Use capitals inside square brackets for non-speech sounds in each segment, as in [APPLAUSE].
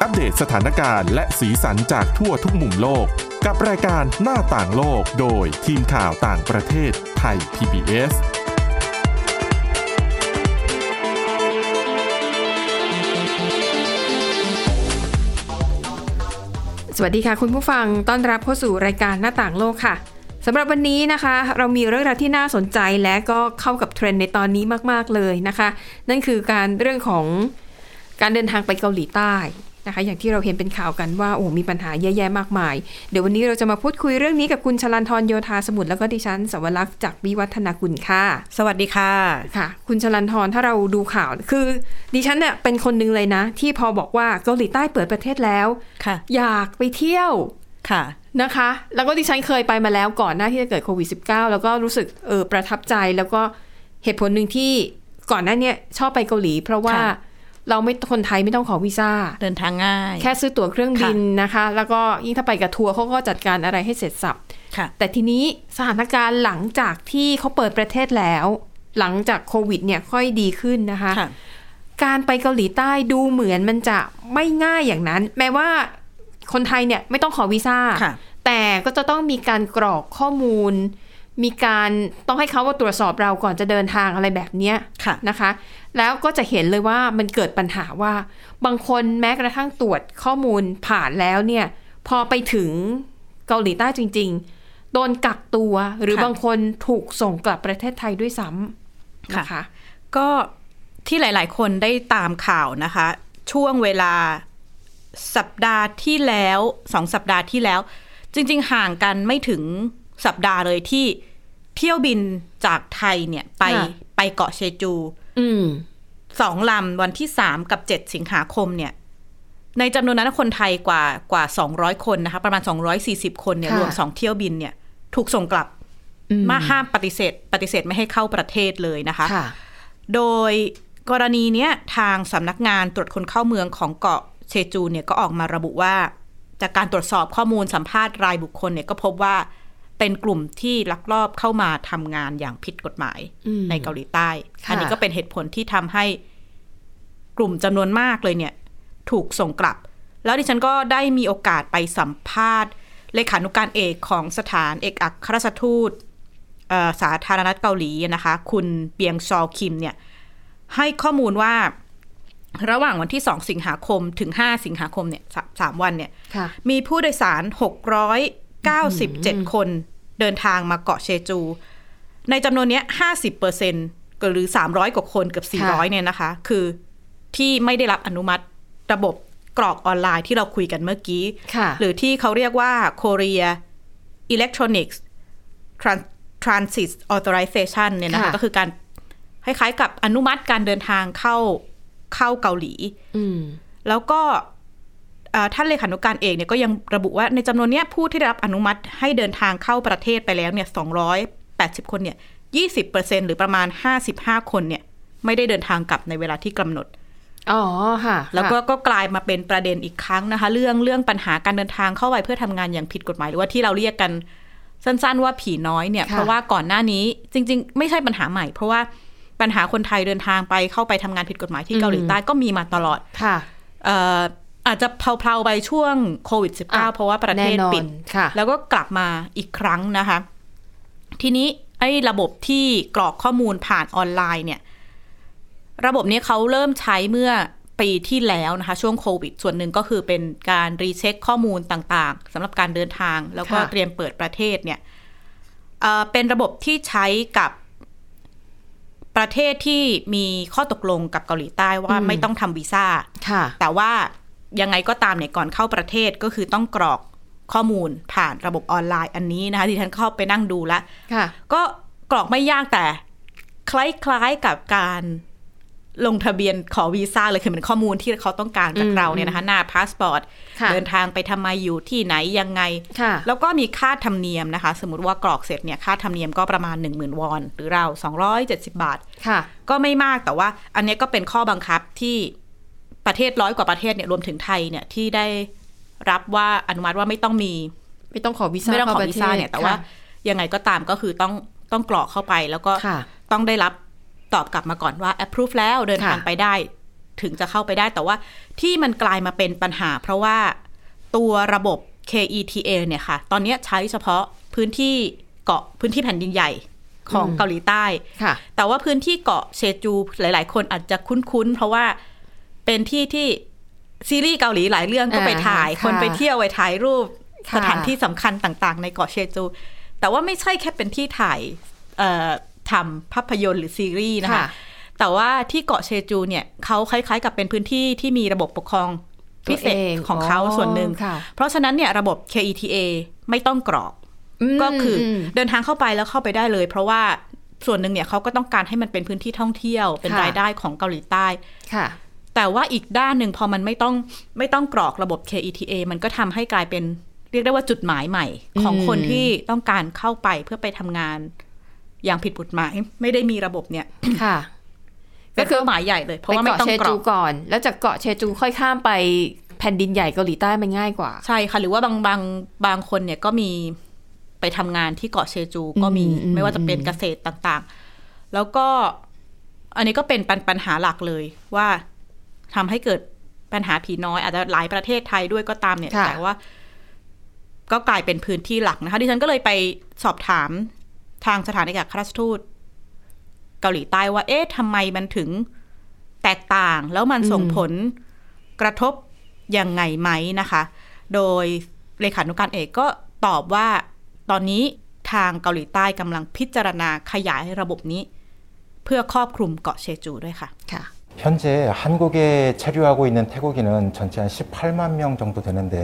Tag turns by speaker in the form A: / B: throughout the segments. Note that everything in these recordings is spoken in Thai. A: ปเดตสถานการณ์และสีสันจากทั่วทุกมุมโลก กับรายการหน้าต่างโลกโดยทีมข่าวต่างประเทศไทย PBS
B: สวัสดีค่ะคุณผู้ฟังต้อนรับเข้าสู่รายการหน้าต่างโลกค่ะสำหรับวันนี้นะคะ เรามีเรื่องราวที่น่าสนใจและก็เข้ากับเทรนด์ในตอนนี้มาก ๆ เลยนะคะ นั่นคือการเรื่องของการเดินทางไปเกาหลีใต้นะคะ อย่างที่เราเห็นเป็นข่าวกันว่าโอ้โหมีปัญหาเยอะแยะมากมาย เดี๋ยววันนี้เราจะมาพูดคุยเรื่องนี้กับคุณชลันทรโยธาสมุทรแล้วก็ดิฉันสวรักษ์จากวิวัฒนาคุณค่ะ
C: สวัสดีค่ะ
B: ค่ะคุณชลันทรถ้าเราดูข่าวคือ ดิฉันเนี่ยเป็นคนหนึงเลยนะ ที่พอบอกว่าเกาหลีใต้เปิดประเทศแล้ว
C: ค่ะ
B: อยากไปเที่ยว
C: ค่ะ
B: นะคะ แล้วก็ดิฉันเคยไปมาแล้วก่อนหน้าที่จะเกิดโควิด -19 แล้วก็รู้สึกเออประทับใจแล้วก็เหตุผลหนึ่งที่ก่อนหน้าเนี้ยชอบไปเกาหลี เพราะว่า
C: ค่ะ
B: เราไม่คนไทยไม่ต้องขอวีซ่า
C: เดินทางง่าย
B: แค่ซื้อตั๋วเครื่องบินนะคะ แล้วก็ยิ่งถ้าไปกับทัวร์เขาก็จัดการอะไรให้เสร็จสับ
C: ค่ะ
B: แต่ทีนี้สถานการณ์หลังจากที่เขาเปิดประเทศแล้ว หลังจากโควิดเนี่ยค่อยดีขึ้นนะคะ
C: ค่ะ
B: การไปเกาหลีใต้ดูเหมือนมันจะไม่ง่ายอย่างนั้น แม้ว่าคนไทยเนี่ยไม่ต้องขอวีซ่า
C: ค่ะ
B: แต่ก็จะต้องมีการกรอกข้อมูล มีการต้องให้เขาว่าตรวจสอบเราก่อนจะเดินทางอะไรแบบเนี้ย
C: ค่ะ
B: นะคะ แล้วก็จะเห็นเลยว่ามันเกิดปัญหาว่า บางคนแม้กระทั่งตรวจข้อมูลผ่านแล้วเนี่ย พอไปถึงเกาหลีใต้จริง ๆ โดนกักตัวหรือ
C: ค่ะ
B: บางคนถูกส่งกลับประเทศไทยด้วยซ้ำนะคะ
C: ก็ที่หลาย ๆ คนได้ตามข่าวนะคะ ช่วงเวลาสัปดาห์ที่แล้วสองสัปดาห์ที่แล้ว จริง ๆ ห่างกันไม่ถึงสัปดาห์เลยที่เที่ยวบินจากไทยเนี่ยไป
B: ค่ะ
C: ไปเกาะเชจู
B: อืม
C: สองลำวันที่สามกับเจ็ดสิงหาคมเนี่ย ในจำนวนนั้นคนไทยกว่ากว่า 200 คนนะคะ ประมาณ 240 คนเนี่ย
B: ค่ะ
C: รวมสองเที่ยวบินเนี่ย ถูกส่งกลับ
B: อื
C: มาห้ามปฏิเสธ ปฏิเสธไม่ให้เข้าประเทศเลยนะคะ
B: ค่ะ
C: โดยกรณีเนี้ยทางสำนักงานตรวจคนเข้าเมืองของเกาะเชจูเนี่ยก็ออกมาระบุว่า จากการตรวจสอบข้อมูลสัมภาษณ์รายบุคคลเนี่ยก็พบว่าเป็นกลุ่มที่ลักลอบเข้ามาทำงานอย่างผิดกฎหมาย
B: อืม
C: ในเกาหลีใต้
B: ค่ะ
C: อันี้ก็เป็นเหตุผลที่ทำให้กลุ่มจำนวนมากเลยเนี่ย ถูกส่งกลับ แล้วดิฉันก็ได้มีโอกาสไปสัมภาษณ์ เลขานุการเอกของสถานเอกอัครราชทูตเอ่อสาธารณรัฐเกาหลีนะคะ คุณเปียงซอลคิมเนี่ย ให้ข้อมูลว่าระหว่างวันที่ 2 สิงหาคมถึง 5 สิงหาคมเนี่ยสาสามวันเนี่ย
B: ค่ะ
C: มีผู้โดยสาร 697 คนเดินทางมาเกาะเชจู ในจำนวนเนี้ย50เปอร์เซ็นหรือ 300 กว่าคนเกือบ 400 เนี่ยนะคะ คือที่ไม่ได้รับอนุมัติระบบกรอกออนไลน์ที่เราคุยกันเมื่อกี้
B: ค่ะ
C: หรือที่เขาเรียกว่า Korea Electronics Tran- Transit Authorization เนี่ยนะคะ
B: ค่ะ
C: ก็คือการคล้ายๆกับอนุมัติการเดินทางเข้าเข้าเกาหลี
B: อืม
C: แล้วก็เอ่อท่านเลขานุการเองเนี่ยก็ยังระบุว่าในจำนวนเนี้ยผู้ที่ได้รับอนุมัติให้เดินทางเข้าประเทศไปแล้วเนี่ย280 คนเนี่ย20%หรือประมาณ 55 คนเนี่ยไม่ได้เดินทางกลับในเวลาที่กำหนด
B: อ๋อค่ะ
C: แล้วก็ก็กลายมาเป็นประเด็นอีกครั้งนะคะ เรื่องเรื่องปัญหาการเดินทางเข้าไปเพื่อทำงานอย่างผิดกฎหมาย หรือว่าที่เราเรียกกันสั้นๆว่าผีน้อยเนี่ย เพราะว่าก่อนหน้านี้จริง ๆ ไม่ใช่ปัญหาใหม่ เพราะว่าปัญหาคนไทยเดินทางไปเข้าไปทำงานผิดกฎหมายที่เกาหลีใต้ก็มีมาตลอด
B: ค่ะ
C: เอ่ออาจจะเพลาๆไปช่วงโควิด
B: อ่ะ
C: -19 เพราะว่าประเทศ
B: แน่นอน
C: ปิด
B: ค่ะ
C: แล้วก็กลับมาอีกครั้งนะคะ ทีนี้ไอ้ระบบที่กรอกข้อมูลผ่านออนไลน์เนี่ย ระบบนี้เขาเริ่มใช้เมื่อปีที่แล้วนะคะ ช่วงโควิด ส่วนหนึ่งก็คือเป็นการรีเช็คข้อมูลต่างๆสำหรับการเดินทาง แล้วก็
B: ค่ะ
C: เตรียมเปิดประเทศเนี่ยเอ่อเป็นระบบที่ใช้กับประเทศที่มีข้อตกลงกับเกาหลีใต้ว่าไม่ต้องทำวีซ่า
B: ค่ะ
C: แต่ว่ายังไงก็ตามเนี่ยก่อนเข้าประเทศก็คือต้องกรอกข้อมูลผ่านระบบออนไลน์อันนี้นะคะที่ฉันเข้าไปนั่งดูละ
B: ค่ะ
C: ก็กรอกไม่ยากแต่คล้ายๆกับการลงทะเบียนขอวีซ่าเลยคือเป็นข้อมูลที่เขาต้องการจากเราเนี่ยนะคะ หน้าพาสปอร์ต
B: ค่ะ
C: เดินทางไปทำไมอยู่ที่ไหนยังไง
B: ค่ะ
C: แล้วก็มีค่าธรรมเนียมนะคะ สมมติว่ากรอกเสร็จเนี่ยค่าธรรมเนียมก็ประมาณ 1 0,000 วอน หรือเรา 270 บาท
B: ค่ะ
C: ก็ไม่มากแต่ว่าอันเนี้ยก็เป็นข้อบังคับที่ประเทศร้อยกว่าประเทศเนี่ยรวมถึงไทยเนี่ยที่ได้รับว่าอนุมัติว่าไม่ต้องมี
B: ไม่ต้องขอวีซ่า
C: ไม่ต้องขอ
B: ข้ประ
C: วี
B: ทศ
C: ซ่าเนี่ยแต่ว่ายังไงก็ตามก็คือต้องต้องกรอกเข้าไปแล้วก็
B: ค่ะ
C: ต้องได้รับตอบกลับมาก่อนว่า approve แล้วเดินทาง
B: ค่ะ
C: ไปได้ ถึงจะเข้าไปได้ แต่ว่าที่มันกลายมาเป็นปัญหา เพราะว่าตัวระบบ KETA เนี่ยค่ะ ตอนเนี้ยใช้เฉพาะพื้นที่เกาะพื้นที่แผ่นดินใหญ่ของ
B: อืม
C: เกาหลีใต้
B: ค่ะ
C: แต่ว่าพื้นที่เกาะเชจูหลาย ๆ คนอาจจะคุ้น ๆ เพราะว่าเป็นที่ที่ซีรีส์เกาหลีหลายเรื่องก็ไปถ่าย
B: อ่าค่ะ
C: คนไปเที่ยวไปถ่ายรูป
B: ค่ะ
C: สถานที่สำคัญต่าง ๆ ในเกาะเชจู แต่ว่าไม่ใช่แค่เป็นที่ถ่ายเอ่อทำภาพยนตร์หรือซีรีส์นะคะ แต่ว่าที่เกาะเชจูเนี่ยเขาคล้ายๆ กับเป็นพื้นที่ที่มีระบบปกครองพิเศษ
B: ตัวง
C: ของเขาส่วนหนึ่ง
B: ค่ะ
C: เพราะฉะนั้นเนี่ยระบบ KETA ไม่ต้องกรอก
B: ม
C: ก็คืออ
B: ม
C: เดินทางเข้าไปแล้วเข้าไปได้เลย เพราะว่าส่วนหนึ่งเนี่ยเขาก็ต้องการให้มันเป็นพื้นที่ท่องเที่ยว เป็น
B: ค่ะ
C: รายได้ของเกาหลีใต้
B: ค่ะ
C: แต่ว่าอีกด้านหนึ่งพอมันไม่ต้องไม่ต้องกรอกระบบ KETA มันก็ทำให้กลายเป็นเรียกได้ว่าจุดหมายใหม่ ของ
B: อืม
C: คนที่ต้องการเข้าไปเพื่อไปทำงานอย่างผิดกฎหมาย ไม่ได้มีระบบเนี่ย
B: ค่ะ
C: เป็นเป้าหมายใหญ่เลย เพราะว่า
B: ไป
C: ไม่
B: เกาะ
C: ต้อง
B: เช
C: กร
B: จู
C: อก
B: ก่อน แล้วจากเกาะเชจูค่อยข้ามไปแผ่นดินใหญ่เกาหลีใต้มันง่ายกว่า
C: ใช่ค่ะหรือว่าบางบางบางคนเนี่ยก็มีไปทำงานที่เกาะเชจูก็มี
B: อืมอืม
C: ไม่ว่าจะเป็นเกษตรต่างๆ แล้วก็อันนี้ก็เป็นปัญปัญหาหลักเลยว่าทำให้เกิดปัญหาผีน้อย อาจจะหลายประเทศไทยด้วยก็ตามเนี่ย
B: ค่ะ
C: แต่ว่า ก็กลายเป็นพื้นที่หลักนะคะ ดิฉันก็เลยไปสอบถามทางสถานเอกอัครราชทูตเกาหลีใต้ว่า เอ๊ะทำไมมันถึงแตกต่าง แล้วมันส่งผลกระทบยังไงไหมนะคะ โดยเลขานุการเอกก็ตอบว่าตอนนี้ทางเกาหลีใต้กำลังพิจารณาขยายระบบนี้ เพื่อครอบคลุมเกาะเชจูด้วยค่ะ
B: ค่ะ
D: 현재 한국에 체류하고 있는 태국인은 전체 한 18만 명 정도 되는데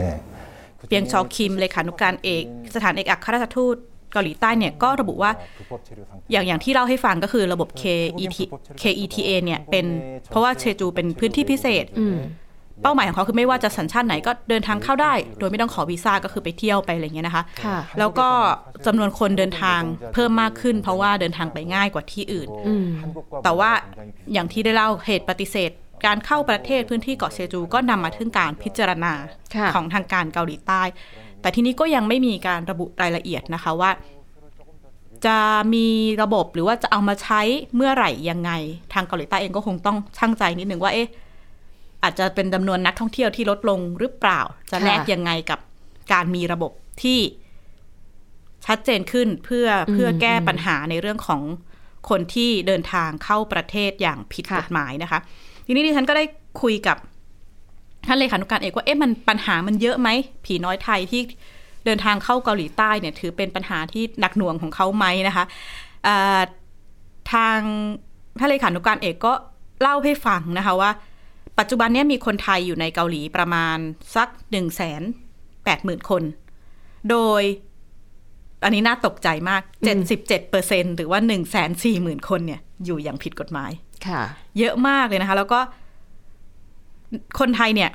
C: เปียงชอคิมเลขานุการเอก สถานเอกอัครราชทูตเกาหลีใต้เนี่ยก็ระบุว่า
D: 불법 체류 상태
C: อย่างอย่างที่เล่าให้ฟังก็คือระบบ KET KETA เนี่ยเป็นเพราะว่าเชจูเป็นพื้นที่พิเศษ
B: อืม
C: เป้าหมายของเขาคือไม่ว่าจะสัญชาติไหนก็เดินทางเข้าได้ โดยไม่ต้องขอวีซ่าก็คือไปเที่ยวไปอะไรอย่างเงี้ยนะคะ
B: ค่ะ
C: แล้วก็จำนวนคนเดินทางเพิ่มมากขึ้น เพราะว่าเดินทางไปง่ายกว่าที่อื่น
B: 음.
D: 한국과
C: แต่ว่า
D: 문화가 굉장히
C: อย่างที่ได้เล่าเหตุปฏิเสธ การเข้าประเทศพื้นที่เกาะเชจูก็นำมาถึงการพิจารณา
B: ค่ะ
C: ของทางการเกาหลีใต้ แต่ที่นี้ก็ยังไม่มีการระบุรายละเอียดนะคะว่า จะมีระบบหรือว่าจะเอามาใช้เมื่อไหร่ยังไง ทางเกาหลีใต้เองก็คงต้องช่างใจนิดนึงว่าเอ๊ะอาจจะเป็นจำนวนนักท่องเที่ยวที่ลดลงหรือเปล่า จะแลกยังไงกับการมีระบบที่ชัดเจนขึ้นเพื่อเพื่อแก้ปัญหาในเรื่องของคนที่เดินทางเข้าประเทศอย่างผิด
B: ค่ะ
C: กฎหมายนะคะ ทีนี้ดิฉันก็ได้คุยกับท่านเลขานุการเอกว่าเอ๊ะมันปัญหามันเยอะไหมผีน้อยไทยที่ เดินทางเข้าเกาหลีใต้เนี่ยถือเป็นปัญหาที่หนักหน่วงของเขาไหมนะคะเอ่อทางท่านเลขานุการเอกก็เล่าให้ฟังนะคะว่า ปัจจุบันเนี้มีคนไทยอยู่ในเกาหลีประมาณสัก1นึ่งแสนแปดหมื่นคน โดยอันนี้น่าตกใจมาก 77%หรือว่า 1 4 0 0 0 0 คนเนี่ยอยู่อย่างผิดกฎหมาย
B: ค่ะ
C: เยอะมากเลยนะคะ แล้วก็คนไทยเนี่ย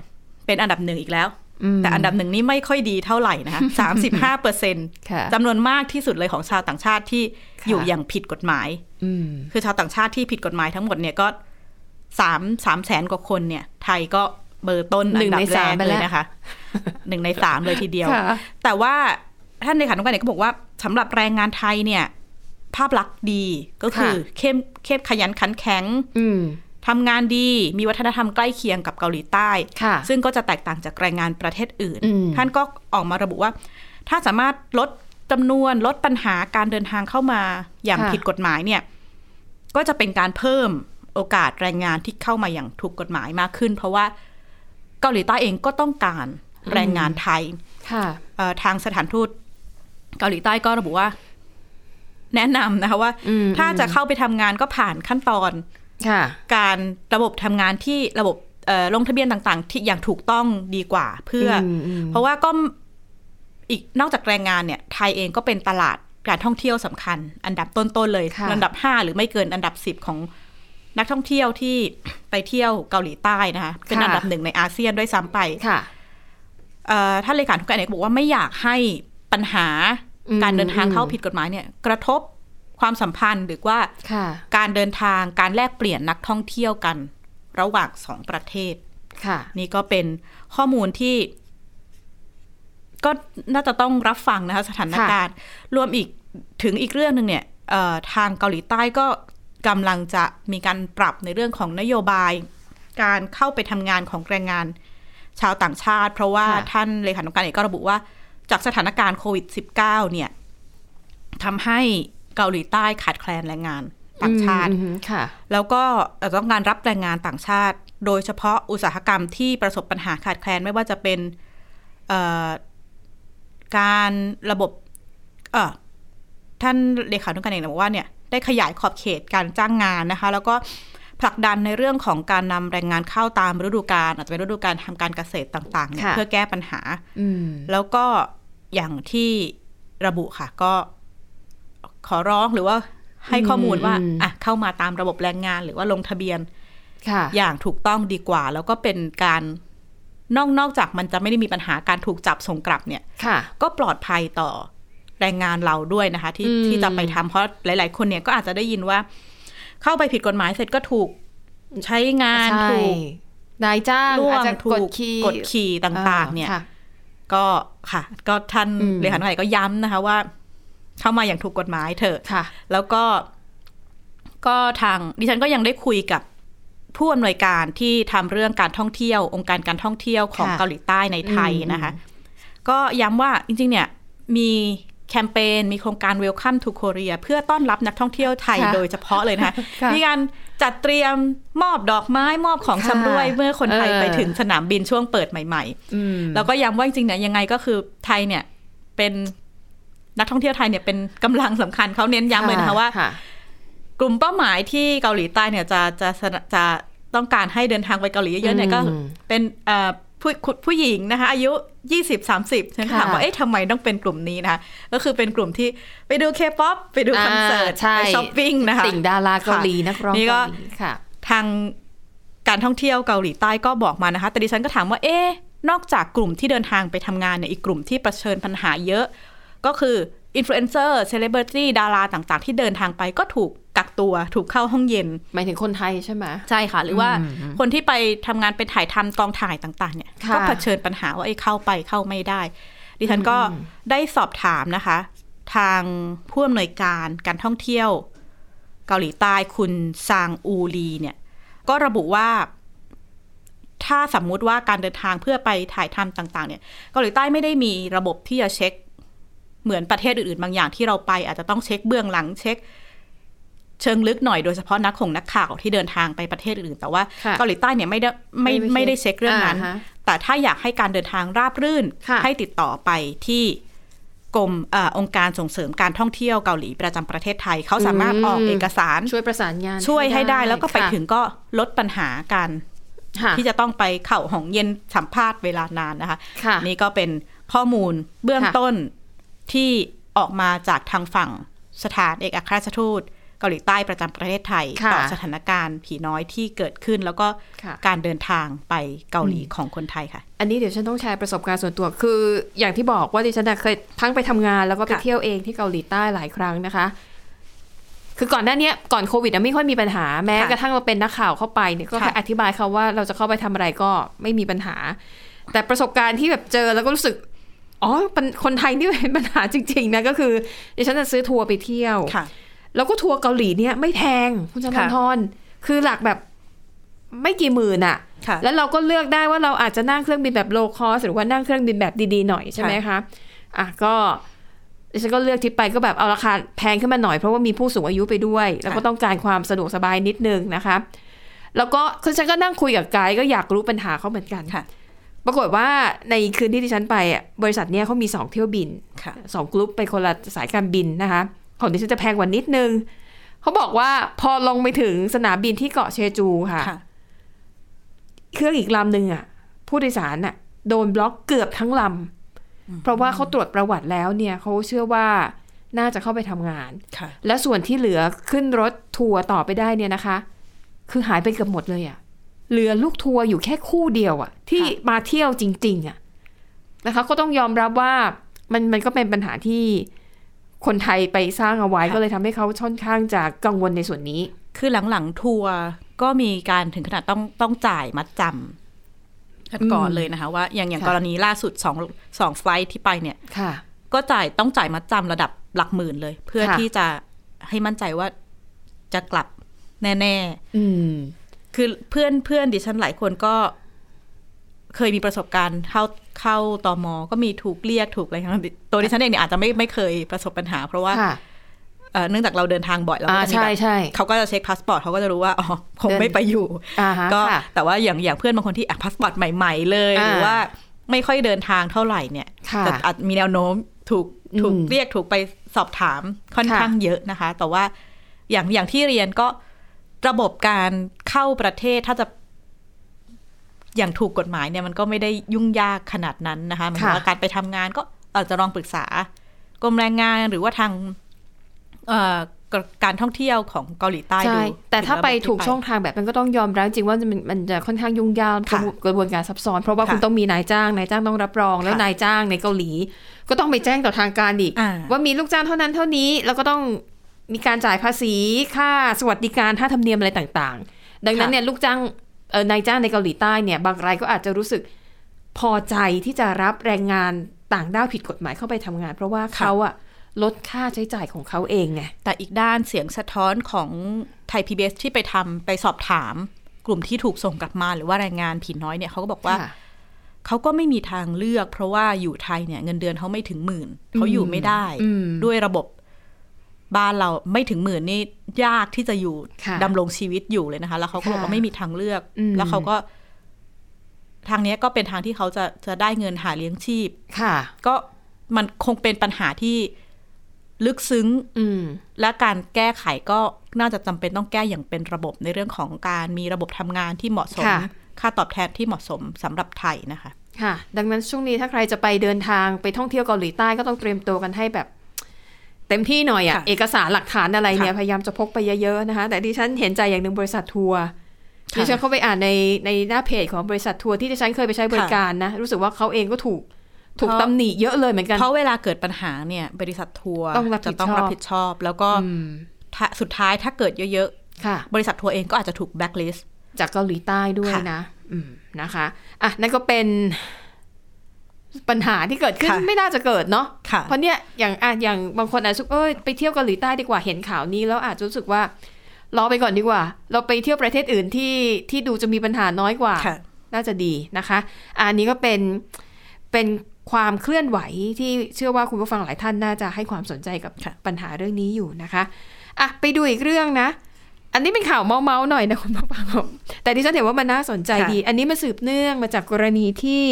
C: เป็นอันดับหนึ่งอีกแล้ว
B: อืม
C: แต่อันดับหนึ่งนี่ไม่ค่อยดีเท่าไหร่
B: [LAUGHS]
C: นะคะ สามสิบห้าเปอร์เซ็นต์
B: ค่ะ
C: จำนวนมากที่สุดเลยของชาวต่างชาติที่
B: ค่ะ
C: อยู่อย่างผิดกฎหมาย
B: อืม
C: คือชาวต่างชาติที่ผิดกฎหมายทั้งหมดเนี่ยก็สามสามแสนกว่าคนเนี่ย ไทยก็เบอร์ต้นอั
B: ห
C: นดับ
B: นึ่งใน
C: แร
B: สาม
C: ก
B: ไป
C: เล
B: แล้ว [LAUGHS]
C: ยนะคะหนึ่งในสามเลยทีเดียว
B: ค่ะ
C: แต่ว่าท่านในขันต้องการเนี่ยก็บอกว่าสำหรับแรงงานไทยเนี่ย ภาพลักษณ์ดีก็คือ
B: ค่ะ
C: เข้มเข้มขยันขันแข็ง
B: อืม
C: ทำงานดีมีวัฒนธรรมใกล้เคียงกับเกาหลีใต้
B: ค่ะ
C: ซึ่งก็จะแตกต่างจากแรงงานประเทศอื่น
B: อืม
C: ท่านก็ออกมาระบุว่า ถ้าสามารถลดจำนวนลดปัญหาการเดินทางเข้ามาอย่าง
B: ค่ะ
C: ผิดกฎหมายเนี่ย ก็จะเป็นการเพิ่มโอกาสแรงงานที่เข้ามาอย่างถูกกฎหมายมากขึ้น เพราะว่าเกาหลีใต้เองก็ต้องการแรงงานไทย
B: ค่ะ
C: เอ่อทางสถานทูตเกาหลีใต้ก็ระบุว่า แนะนำนะคะว่า
B: อืม
C: ถ้าจะเข้าไปทำงานก็ผ่านขั้นตอน
B: ค่ะ
C: การระบบทำงานที่ระบบเอ่อลงทะเบียนต่างๆ ที่อย่างถูกต้องดีกว่าเพื่ออ
B: มอืม
C: เพราะว่าก็อีกนอกจากแรงงานเนี่ย ไทยเองก็เป็นตลาดการท่องเที่ยวสำคัญ อันดับต้นๆเลย
B: ค่ะ
C: อันดับห้าหรือไม่เกินอันดับสิบของนักท่องเที่ยวที่ ไปเที่ยวเกาหลีใต้นะคะเป็นอันดับหนึ่งในอาเซียนด้วยซ้ำไป
B: ค่ะ
C: เอ่อท่านเลขาธิการเอกบอกว่าไม่อยากให้ปัญหา
B: อืม
C: การเดินทาง
B: อืม
C: เข้าผิดกฎหมายเนี่ย กระทบความสัมพันธ์หรือว่า
B: ค่ะ
C: การเดินทางการแลกเปลี่ยนนักท่องเที่ยวกัน ระหว่างสองประเทศ
B: ค่ะ
C: นี่ก็เป็นข้อมูลที่ ก็น่าจะต้องรับฟังนะคะสถานการณ์ รวมอีกถึงอีกเรื่องหนึ่งเนี่ยเอ่อทางเกาหลีใต้ก็กำลังจะมีการปรับในเรื่องของนโยบาย การเข้าไปทำงานของแรงงาน ชาวต่างชาติ เพราะว่า
B: ค่ะ
C: ท่านเลขานุการเอกก็ระบุว่า จากสถานการณ์โควิด -19 เนี่ยทำให้เกาหลีใต้ขาดแคลนแรงงานต่างชาติ
B: อืมอืมค่ะ
C: แล้วก็เอ่อต้องการรับแรงงานต่างชาติ โดยเฉพาะอุตสาหกรรมที่ประสบปัญหาขาดแคลนไม่ว่าจะเป็นเอ่อการระบบเอ่อท่านเลขานุการเองบอกว่าเนี่ยได้ขยายขอบเขตการจ้างงานนะคะ แล้วก็ผลักดันในเรื่องของการนำแรงงานเข้าตามฤดูกาลอาจจะเป็นฤดูกาลทำการเกษตรต่างๆเนี่ย
B: ค่ะ
C: เพื่อแก้ปัญหา
B: อืม
C: แล้วก็อย่างที่ระบุค่ะ ก็ขอร้องหรือว่าให้ข้อมูลว่า
B: อืม
C: อ่ะเข้ามาตามระบบแรงงานหรือว่าลงทะเบียน
B: ค่ะ
C: อย่างถูกต้องดีกว่า แล้วก็เป็นการนอกนอกจากมันจะไม่ได้มีปัญหาการถูกจับส่งกลับเนี่ย
B: ค่ะ
C: ก็ปลอดภัยต่อแรงงานเราด้วยนะคะ ที่
B: อืม
C: ที่จะไปทำเพราะหลาย ๆ คนเนี่ยก็อาจจะได้ยินว่า เข้าไปผิดกฎหมายเสร็จก็ถูกใช้งาน
B: ใช่
C: ถูก
B: นายจ้าง
C: ล่ว
B: อาจ
C: ง
B: จะ
C: ถู
B: ก
C: ก
B: ดขี่
C: กดขี่ต่าง ๆ เนี่ย
B: อ่ค่ะ
C: ก็ค่ะ ก็ท่าน
B: อืม
C: เลขานุการก็ย้ำนะคะว่า เข้ามาอย่างถูกกฎหมายเถอะ
B: ค่ะ
C: แล้วก็ก็ทางดิฉันก็ยังได้คุยกับผู้อำนวยการที่ทำเรื่องการท่องเที่ยว องค์การการท่องเที่ยวของ
B: ค่ะ
C: เกาหลีใต้ในไทย
B: อืม
C: นะคะ ก็ย้ำว่าจริง ๆ เนี่ยมีแคมเปญมีโครงการ Welcome to Korea เพื่อต้อนรับนักท่องเที่ยวไทย
B: ค่ะ
C: โดยเฉพาะเลยนะคะ
B: ค่ะ
C: มีการจัดเตรียมมอบดอกไม้มอบของชำร่วย
B: ค่ะ
C: เมื่อคนไทย
B: เออ
C: ไปถึงสนามบินช่วงเปิดใหม่ ๆ
B: อืม
C: แล้วก็ย้ำว่าจริงๆเนี่ยยังไงก็คือไทยเนี่ยเป็นนักท่องเที่ยวไทยเนี่ยเป็นกำลังสำคัญเขาเน้นย้ำเลยนะคะว่า กลุ่มเป้าหมายที่เกาหลีใต้เนี่ยจะจะจะจะต้องการให้เดินทางไปเกาหลีเยอะๆเนี่ยก็
B: อืม
C: เป็นเอ่อผู้คุณผู้หญิงนะคะ อายุ 20 30ฉันก็ถาม
B: ค่ะ
C: ว่าเอ๊ะทำไมต้องเป็นกลุ่มนี้นะคะก็คือเป็นกลุ่มที่ไปดูเคป๊อปไปดูคอนเสิร์ต
B: อ่าใช่
C: ไปช้อปปิ้งนะคะ
B: ติ่งดาราเกาหลีนักร้อง
C: นี่ก็
B: เกาหลีค่ะ
C: ทางการท่องเที่ยวเกาหลีใต้ก็บอกมานะคะ แต่ดิฉันก็ถามว่าเอ๊ะนอกจากกลุ่มที่เดินทางไปทำงานเนี่ยอีกกลุ่มที่ประเชิญปัญหาเยอะ ก็คืออินฟลูเอนเซอร์เซเลบริตี้ดาราต่างๆ ที่เดินทางไปก็ถูกกักตัวถูกเข้าห้องเย็น
B: หมายถึงคนไทยใช่ไหม
C: ใช่ค่ะ หรือว่า
B: อืมอืม
C: คนที่ไปทำงานเป็นถ่ายทำกองถ่ายต่างๆเนี่ย
B: ค่ะ
C: ก็เผชิญปัญหาว่าไอ้เข้าไปเข้าไม่ได้ ดิฉันก็ได้สอบถามนะคะ ทางผู้อำนวยการการท่องเที่ยว เกาหลีใต้คุณซางอูลีเนี่ย ก็ระบุว่า ถ้าสมมุติว่าการเดินทางเพื่อไปถ่ายทำต่าง ๆ เนี่ย เกาหลีใต้ไม่ได้มีระบบที่จะเช็ค เหมือนประเทศอื่นๆ บางอย่างที่เราไป อาจจะต้องเช็คเบื้องหลังเช็ค เชิงลึกหน่อยโดยเฉพาะนักของนักข่าวที่เดินทางไปประเทศอื่นๆแต่ว่า
B: ค่ะ
C: เกาหลีใต้เนี่ยไม่ได้ไม่
B: ไม่ได้เช็ค
C: ไม่ได้เช็คเรื่องนั้น
B: อ่าฮะ
C: แต่ถ้าอยากให้การเดินทางราบรื่น
B: ค่ะ
C: ให้ติดต่อไปที่กรมเออองค์การส่งเสริมการท่องเที่ยวเกาหลีประจำประเทศไทยเขาสามารถออกเอกสาร
B: ช่วยประสานงาน
C: ช่วยให้ได้แล้วก็ไป
B: ค่ะ
C: ถึงก็ลดปัญหาการ
B: ค่ะ
C: ที่จะต้องไปเข่าห้องเย็นสัมภาษณ์เวลานานนะคะ
B: ค่ะ
C: นี่ก็เป็นข้อมูลเบื้อง
B: ค่ะ
C: ต้นที่ออกมาจากทางฝั่งสถานเอกอัครราชทูตเกาหลีใต้ประจำประเทศไทย
B: ค่ะ
C: ต่อสถานการณ์ผีน้อยที่เกิดขึ้น แล้วก็
B: ค่ะ
C: การเดินทางไปเกาหลีของคนไทยค่ะ
B: อันนี้เดี๋ยวฉันต้องแชร์ประสบการณ์ส่วนตัว คือ อย่างที่บอกว่าดิฉันน่ะเคยทั้งไปทำงานแล้วก็ไป
C: ค่ะ
B: เที่ยวเองที่เกาหลีใต้หลายครั้งนะคะ คือก่อนหน้าเนี้ยก่อนโควิดอะไม่ค่อยมีปัญหาแม้
C: ค่ะ
B: กระทั่งเราเป็นนักข่าวเข้าไปเนี่ยก็แค่
C: ค่ะ
B: อธิบายเขาว่าเราจะเข้าไปทำอะไรก็ไม่มีปัญหา แต่ประสบการณ์ที่แบบเจอแล้วก็รู้สึก อ๋อเป็นคนไทยนี่เป็นปัญหาจริงๆนะก็คือดิฉันจะซื้อทัวร์ไปเที่ยว
C: ค่ะ
B: แล้วก็ทัวร์เกาหลีเนี่ยไม่แพงคุณชนันทรคือหลักแบบไม่กี่หมื่นอะ
C: ค่ะ
B: แล้วเราก็เลือกได้ว่าเราอาจจะนั่งเครื่องบินแบบโลคอสหรือว่านั่งเครื่องบินแบบดีๆหน่อยใช่ไหมคะอ่ะก็ดิฉันก็เลือกทริปไปก็แบบเอาราคาแพงขึ้นมาหน่อยเพราะว่ามีผู้สูงอายุไปด้วย แล้วก็ต้องการความสะดวกสบายนิดนึงนะคะแล้วก็คือฉันก็นั่งคุยกับไกด์ก็อยากรู้ปัญหาเขาเหมือนกัน
C: ค่ะ
B: ปรากฏว่าในคืนที่ดิฉันไปอ่ะบริษัทเนี้ยเขามีสองเที่ยวบิน
C: ค่ะ
B: สองกลุ่มไปคนละสายการบินนะคะ ของดิฉันจะแพงกว่านิดนึง เขาบอกว่าพอลงไปถึงสนามบินที่เกาะเชจูค่ะ
C: ค่ะ
B: เครื่องอีกลำหนึ่งอ่ะ ผู้โดยสารอ่ะ โดนบล็อกเกือบทั้งลำเพราะว่าเขาตรวจประวัติแล้วเนี่ยเขาเชื่อว่าน่าจะเข้าไปทำงาน
C: ค่ะ
B: และส่วนที่เหลือขึ้นรถทัวร์ต่อไปได้เนี่ยนะคะ คือหายไปเกือบหมดเลยอะ่ะ เหลือลูกทัวร์อยู่แค่คู่เดียวอะ่ะ ที่
C: ค่ะ
B: มาเที่ยวจริง ๆอะ่ะนะคะ ก็ต้องยอมรับว่ามันมันก็เป็นปัญหาที่คนไทยไปสร้างเอาไว้
C: ค่ะ
B: ก็เลยทำให้เขาช่อนข้างจะกังวลในส่วนนี้
C: คือหลังๆทัวร์ก็มีการถึงขนาดต้องต้องจ่ายมัดจำกันก่อน
B: อืม
C: เลยนะคะ ว่าอย่างอย่าง
B: ค่ะ
C: กรณีล่าสุดสองสองไฟล์ที่ไปเนี่ย
B: ค่ะ
C: ก็จ่ายต้องจ่ายมัดจำระดับหลักหมื่นเลย เพื่อ
B: ค่ะ
C: ที่จะให้มั่นใจว่าจะกลับแน่
B: อืม
C: ๆ คือเพื่อนเพื่อนดิฉันหลายคนก็เคยมีประสบการณ์เข้าเข้าตอมอก็มีถูกเรียกถูกอะไรทั้งนั้นตัวดิฉันเองเนี่ยอาจจะไม่ไม่เคยประสบปัญหา เพราะว่า
B: ค่ะ
C: เอ่อเนื่องจากเราเดินทางบ่อยเราก็
B: อ่า
C: จะมีแบ
B: ใช่ใช่
C: บเขาก็จะเช็คพาสปอร์ตเขาก็จะรู้ว่าอ๋อคง
B: เดิน
C: ไม่ไปอยู่
B: อ่าฮะ
C: ก็
B: ค่ะ
C: แต่ว่าอย่างอย่างเพื่อนบางคนที่อ่ะพาสปอร์ตใหม่ ๆ เลย
B: อ่า
C: หรือว่าไม่ค่อยเดินทางเท่าไหร่เนี่ย
B: ค่ะ
C: แต่อาจมีแนวโน้มถูก
B: อืม
C: ถูกเรียกถูกไปสอบถามค่อน
B: ค่ะ
C: ข้างเยอะนะคะ แต่ว่าอย่างอย่างที่เรียนก็ระบบการเข้าประเทศถ้าจะอย่างถูกกฎหมายเนี่ยมันก็ไม่ได้ยุ่งยากขนาดนั้นนะคะหมายถึงว่าการไปทำงานก็อาจจะลองปรึกษากรมแรงงานหรือว่าทางเอ่อกระการท่องเที่ยวของเกาหลีใต้ดู
B: ใช่ แต่ถ้าไป
C: ถึงระบบที่
B: ถูกช่องทางแบบนั้นก็ต้องยอมรับจริงว่ามันมันจะค่อนข้างยุ่งยาก
C: ค่ะ
B: กระบวนการซับซ้อน เพราะว่า
C: ค่ะ
B: คุณต้องมีนายจ้างนายจ้างต้องรับรอง แล้ว
C: ค่ะ
B: นายจ้างในเกาหลี ก็ต้องไปแจ้งต่อทางการอีก
C: อ่า
B: ว่ามีลูกจ้างเท่านั้นเท่านี้แล้วก็ต้องมีการจ่ายภาษีค่าสวัสดิการค่าธรรมเนียมอะไรต่างๆ ดังนั้นเนี่ยลูกจ้างเอ่อนายจ้างในเกาหลีใต้เนี่ยบางรายก็อาจจะรู้สึกพอใจที่จะรับแรงงานต่างด้าวผิดกฎหมายเข้าไปทำงาน เพราะว่าเขาอะลดค่าใช้จ่ายของเขาเองไง
C: แต่อีกด้านเสียงสะท้อนของไทย PBS ที่ไปทำไปสอบถาม กลุ่มที่ถูกส่งกลับมาหรือว่าแรงงานผิดน้อยเนี่ยเขาก็บอกว่าเขาก็ไม่มีทางเลือก เพราะว่าอยู่ไทยเนี่ยเงินเดือนเขาไม่ถึงหมื่นเขาอยู่ไม่ได้
B: อืม
C: ด้วยระบบบ้านเราไม่ถึงหมื่นนี่ยากที่จะอยู่
B: ค่ะ
C: ดำรงชีวิตอยู่เลยนะคะ แล้วเขาก็บอกว่า
B: ค่ะ
C: ไม่มีทางเลือก
B: อืม
C: แล้วเขาก็ ทางเนี้ยก็เป็นทางที่เขาจะจะได้เงินหาเลี้ยงชีพ
B: ค่ะ
C: ก็มันคงเป็นปัญหาที่ลึกซึ้ง
B: อืม
C: และการแก้ไขก็น่าจะจำเป็นต้องแก้อย่างเป็นระบบในเรื่องของการมีระบบทำงานที่เหมาะสม
B: ค่ะ
C: ค่าตอบแทนที่เหมาะสมสำหรับไทยนะคะ
B: ค่ะ ดังนั้นช่วงนี้ถ้าใครจะไปเดินทางไปท่องเที่ยวเกาหลีใต้ก็ต้องเตรียมตัวกันให้แบบ เต็มที่หน่อยอะ
C: ค่ะ
B: เอกสารหลักฐานอะไรเนี่ย
C: ค่ะ
B: พยายามจะพกไปเยอะๆนะคะ แต่ดิฉันเห็นใจอย่างหนึ่งบริษัททัวร์
C: ค่ะ
B: ดิฉันเข้าไปอ่านในในหน้าเพจของบริษัททัวร์ที่ดิฉันเคยไปใช้บริการนะ รู้สึกว่าเขาเองก็ถูกถูก
C: เพราะ
B: ตำหนิเยอะเลยเหมือนกัน
C: เพราะเวลาเกิดปัญหาเนี่ย บริษัททัวร์
B: ต้องรับผิดชอบ
C: จะต้องรับผิดชอบ แล้วก็
B: อืม
C: ถ้าสุดท้ายถ้าเกิดเยอะ
B: ค่ะ
C: ๆ บริษัททัวร์เองก็อาจจะถูกแบล็คลิสต์
B: จากเกาหลีใต้ด้วย
C: ค่ะ
B: นะ อืมนะคะ อ่ะนั่นก็เป็นปัญหาที่เกิดขึ้นไม่น่าจะเกิดเนาะ
C: ค่ะ
B: เพราะเนี่ยอย่างอ่ะอย่างบางคนอาจจะรู้สึกเอ้ยไปเที่ยวเกาหลีใต้ดีกว่าเห็นข่าวนี้แล้วอาจจะรู้สึกว่ารอไปก่อนดีกว่า เราไปเที่ยวประเทศอื่นที่ที่ดูจะมีปัญหาน้อยกว่า
C: ค่ะ
B: น่าจะดีนะคะอะอันนี้ก็เป็นเป็นความเคลื่อนไหวที่เชื่อว่าคุณผู้ฟังหลายท่านน่าจะให้ความสนใจกับ
C: ค่ะ
B: ปัญหาเรื่องนี้อยู่นะคะอ่ะไปดูอีกเรื่องนะ อันนี้เป็นข่าวเมาๆหน่อยนะคุณผู้ฟังแต่ที่ฉันเห็นว่ามันน่าสนใจดี อันนี้มาสืบเนื่องมาจากกรณีที่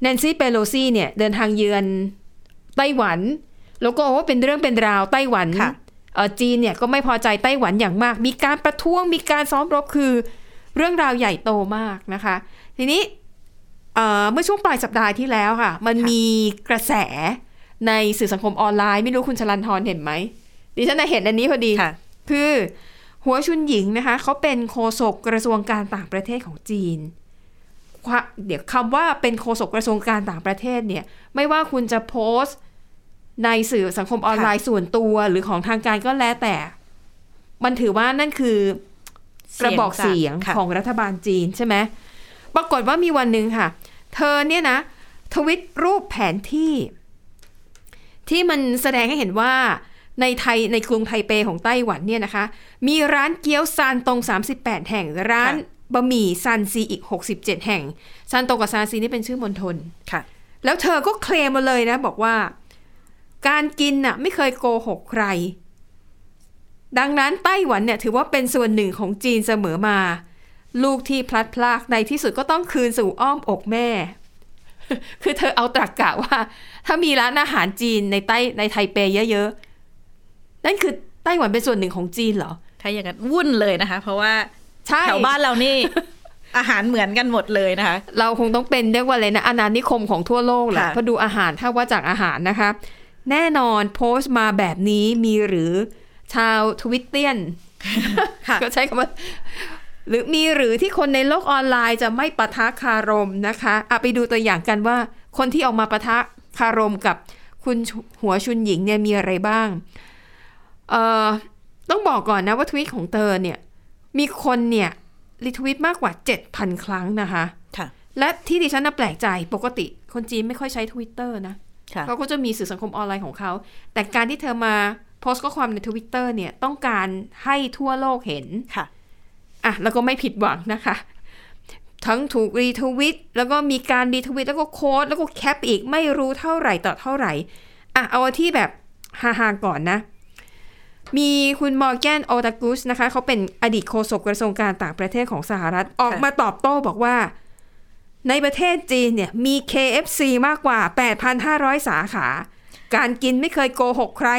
B: แนนซี่เปโลซีเนี่ยเดินทางเยือนไต้หวัน แล้วก็ว่าเป็นเรื่องเป็นราวไต้หวัน
C: ค่ะ
B: เอ่อจีนเนี่ยก็ไม่พอใจไต้หวันอย่างมาก มีการประท้วง มีการซ้อมรบคือเรื่องราวใหญ่โตมากนะคะ ทีนี้เอ่อเมื่อช่วงปลายสัปดาห์ที่แล้วค่ะ มันมีกระแสในสื่อสังคมออนไลน์ ไม่รู้คุณชลันทรเห็นไหม ดิฉันน่ะเห็นอันนี้พอดี
C: ค่ะ
B: คือหัวชุนหญิงนะคะเขาเป็นโฆษกกระทรวงการต่างประเทศของจีนควะเดี๋ยวคำว่าเป็นโฆษกกระทรวงการต่างประเทศเนี่ยไม่ว่าคุณจะโพสต์ในสื่อสังคมออนไลน์ส่วนตัวหรือของทางการก็แล้วแต่ มันถือว่านั่นคือกระบอกเสียง
C: เสียงจาก
B: ของรัฐบาลจีนใช่ไหมปรากฏว่ามีวันหนึ่งค่ะ เธอเนี่ยนะ ทวิตรูปแผนที่ ที่มันแสดงให้เห็นว่าในไทยในกรุงไทเปของไต้หวันเนี่ยนะคะ มีร้านเกี๊ยวซานตง 38 แห่ง ร้านบะหมี่ซันซีอีก 67 แห่งซานตงกับซานซีนี่เป็นชื่อมณฑล
C: ค่ะ
B: แล้วเธอก็เคลมมาเลยนะ บอกว่า การกินน่ะ ไม่เคยโกหกใคร ดังนั้นไต้หวันเนี่ย ถือว่าเป็นส่วนหนึ่งของจีนเสมอมา ลูกที่พลัดพรากในที่สุดก็ต้องคืนสู่อ้อมอกแม่ [LAUGHS] คือเธอเอาตรกกะว่า ถ้ามีร้านอาหารจีนในไต้ในไทเปเยอะๆ นั่นคือไต้หวันเป็นส่วนหนึ่งของจีนเหรอ
C: ถ้าอย่างนั้นวุ่นเลยนะคะ เพราะว่า
B: ใช่
C: แถวบ้านเรา
B: [LAUGHS]
C: นี่ อาหารเหมือนกันหมดเลยนะคะ
B: เราคงต้องเป็นเรียกว่าอะไรนะอาณานิคมของทั่วโลกแหละ
C: ค่ะ
B: เพราะดูอาหารถ้าว่าจากอาหารนะคะ แน่นอนโพสต์มาแบบนี้มีหรือชาวทวิตเตียน
C: [LAUGHS] ค่ะ
B: ก็ใช้คำว่า หรือมีหรือที่คนในโลกออนไลน์จะไม่ปะทะคารมนะคะอะไปดูตัวอย่างกันว่า คนที่ออกมาปะทะคารมกับคุณหัวชุนหญิงเนี่ยมีอะไรบ้าง เอ่อ ต้องบอกก่อนนะว่าทวิตของเธอเนี่ย มีคนเนี่ยรีทวิตมากกว่า 7,000 ครั้งนะคะ
C: ค่ะ
B: และที่ดิฉันน่ะแปลกใจปกติคนจีนไม่ค่อยใช้ Twitter นะ
C: ค่ะ
B: เขาก็จะมีสื่อสังคมออนไลน์ของเขา แต่การที่เธอมาโพสต์ข้อความในทวิตเตอร์เนี่ยต้องการให้ทั่วโลกเห็น
C: ค่ะ
B: อ่ะแล้วก็ไม่ผิดหวังนะคะ ทั้งถูกรีทวิตแล้วก็มีการรีทวิตแล้วก็โค้ดแล้วก็แคปอีกไม่รู้เท่าไหร่ต่อเท่าไหร่ อ่ะ เอาที่แบบฮาๆก่อนนะ มีคุณมอร์แกนโอตากุสนะคะ เขาเป็นอดีตโฆษกกระทรวงการต่างประเทศของสหรัฐออกมาตอบโต้บอกว่า ในประเทศจีนเนี่ยมี KFC มากกว่า 8,500 สาขา การกินไม่เคยโกหกใคร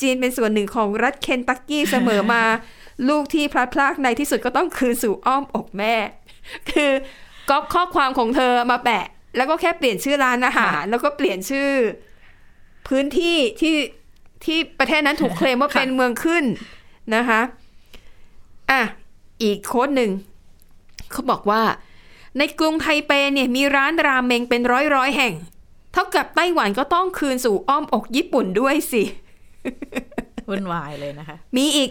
B: จีนเป็นส่วนหนึ่งของรัฐเคนตักกี้เสมอมา [LAUGHS] ลูกที่พลัดพรากในที่สุดก็ต้องคืนสู่อ้อมอกแม่ [LAUGHS] คือก๊อปข้อความของเธอมาแปะ แล้วก็แค่เปลี่ยนชื่อร้านอาหารแล้วก็เปลี่ยนชื่อ พื้นที่ที่ที่ประเทศนั้นถูกเคลมว่าเป็นเมืองขึ้นนะคะ อ่ะ อีกโค้ดหนึ่ง เขาบอกว่า ในกรุงไทเปเนี่ยมีร้านราเมงเป็นร้อยร้อยๆแห่ง เท่ากับไต้หวันก็ต้องคืนสู่อ้อมอกญี่ปุ่นด้วยสิ
C: วุ่นวายเลยนะคะ
B: มีอีก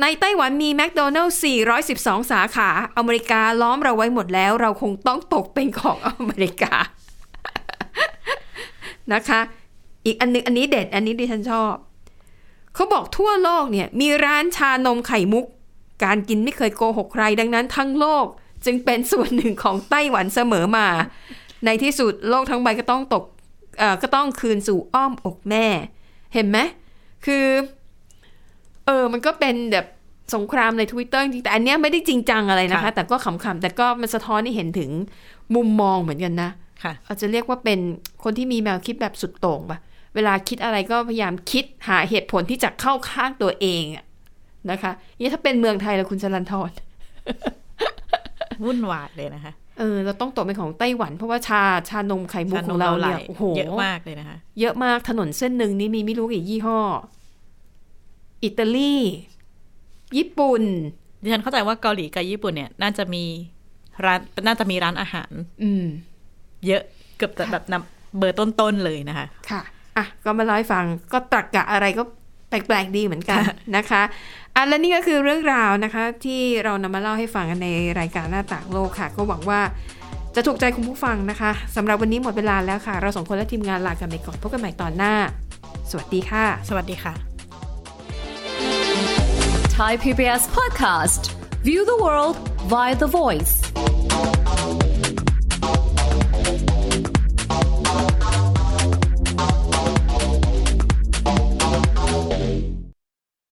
B: ในไต้หวันมีแมคโดนัลล์412 สาขา อเมริกาล้อมเราไว้หมดแล้ว เราคงต้องตกเป็นของอเมริกา นะคะ อีกอันหนึงอันนี้เด็ด อันนี้ดิฉันชอบ เขาบอกทั่วโลกเนี่ย มีร้านชานมไข่มุก การกินไม่เคยโกหกใครดังนั้นทั้งโลกจึงเป็นส่วนหนึ่งของไต้หวันเสมอมา ในที่สุดโลกทั้งใบก็ต้องตกเอ่อก็ต้องคืนสู่อ้อมอกแม่ เห็นไหมคือ เออ มันก็เป็นแบบสงครามใน Twitter จริงๆแต่อันเนี้ยไม่ได้จริงจังอะไรนะคะ
C: ค่ะ
B: แต่ก็ขำๆ แต่ก็มันสะท้อนให้เห็นถึงมุมมองเหมือนกันนะ
C: ค่ะ
B: อาจจะเรียกว่าเป็นคนที่มีแนวคิดแบบสุดโต่งปะเวลาคิดอะไรก็พยายามคิดหาเหตุผลที่จะเข้าข้างตัวเองอะนะคะนี่ถ้าเป็นเมืองไทยแล้วคุณจรันทร
C: วุ่นวายเลยนะคะ
B: เออ เราต้องตกเป็นของไต้หวันเพราะว่าชาชานมไข่มุก
C: ชาน
B: ข
C: ม
B: องเราเนี่ย
C: ไหล
B: โอ้โห
C: เยอะมากเลยนะคะ
B: เยอะมากถนนเส้นหนึ่งนี่มีไม่รู้กี่ยี่ห้อ อิตาลีญี่ปุ่น
C: ดิฉันเข้าใจว่าเกาหลีกับญี่ปุ่นเนี่ยน่าจะมีร้านน่าจะมีร้านอาหาร
B: อืม
C: เยอะเกือบจะแบบนำเบอร์ต้นๆเลยนะคะ
B: ค่ะ อ่ะ ก็มาเล่าให้ฟัง ก็ตรกกะอะไรก็แปลกๆดีเหมือนกัน
C: ค่ะ
B: นะคะ อ่ะ และนี่ก็คือเรื่องราวนะคะ ที่เรานำมาเล่าให้ฟังกันในรายการหน้าต่างโลกค่ะ ก็หวังว่าจะถูกใจคุณผู้ฟังนะคะสำหรับวันนี้หมดเวลาแล้วค่ะ เราสองคนและทีมงานลากันไปก่อนพบกันใหม่ตอนหน้า สวัสดีค่ะ
C: สวัสดีค่ะ
E: Thai PBS podcast. View the world via the voice.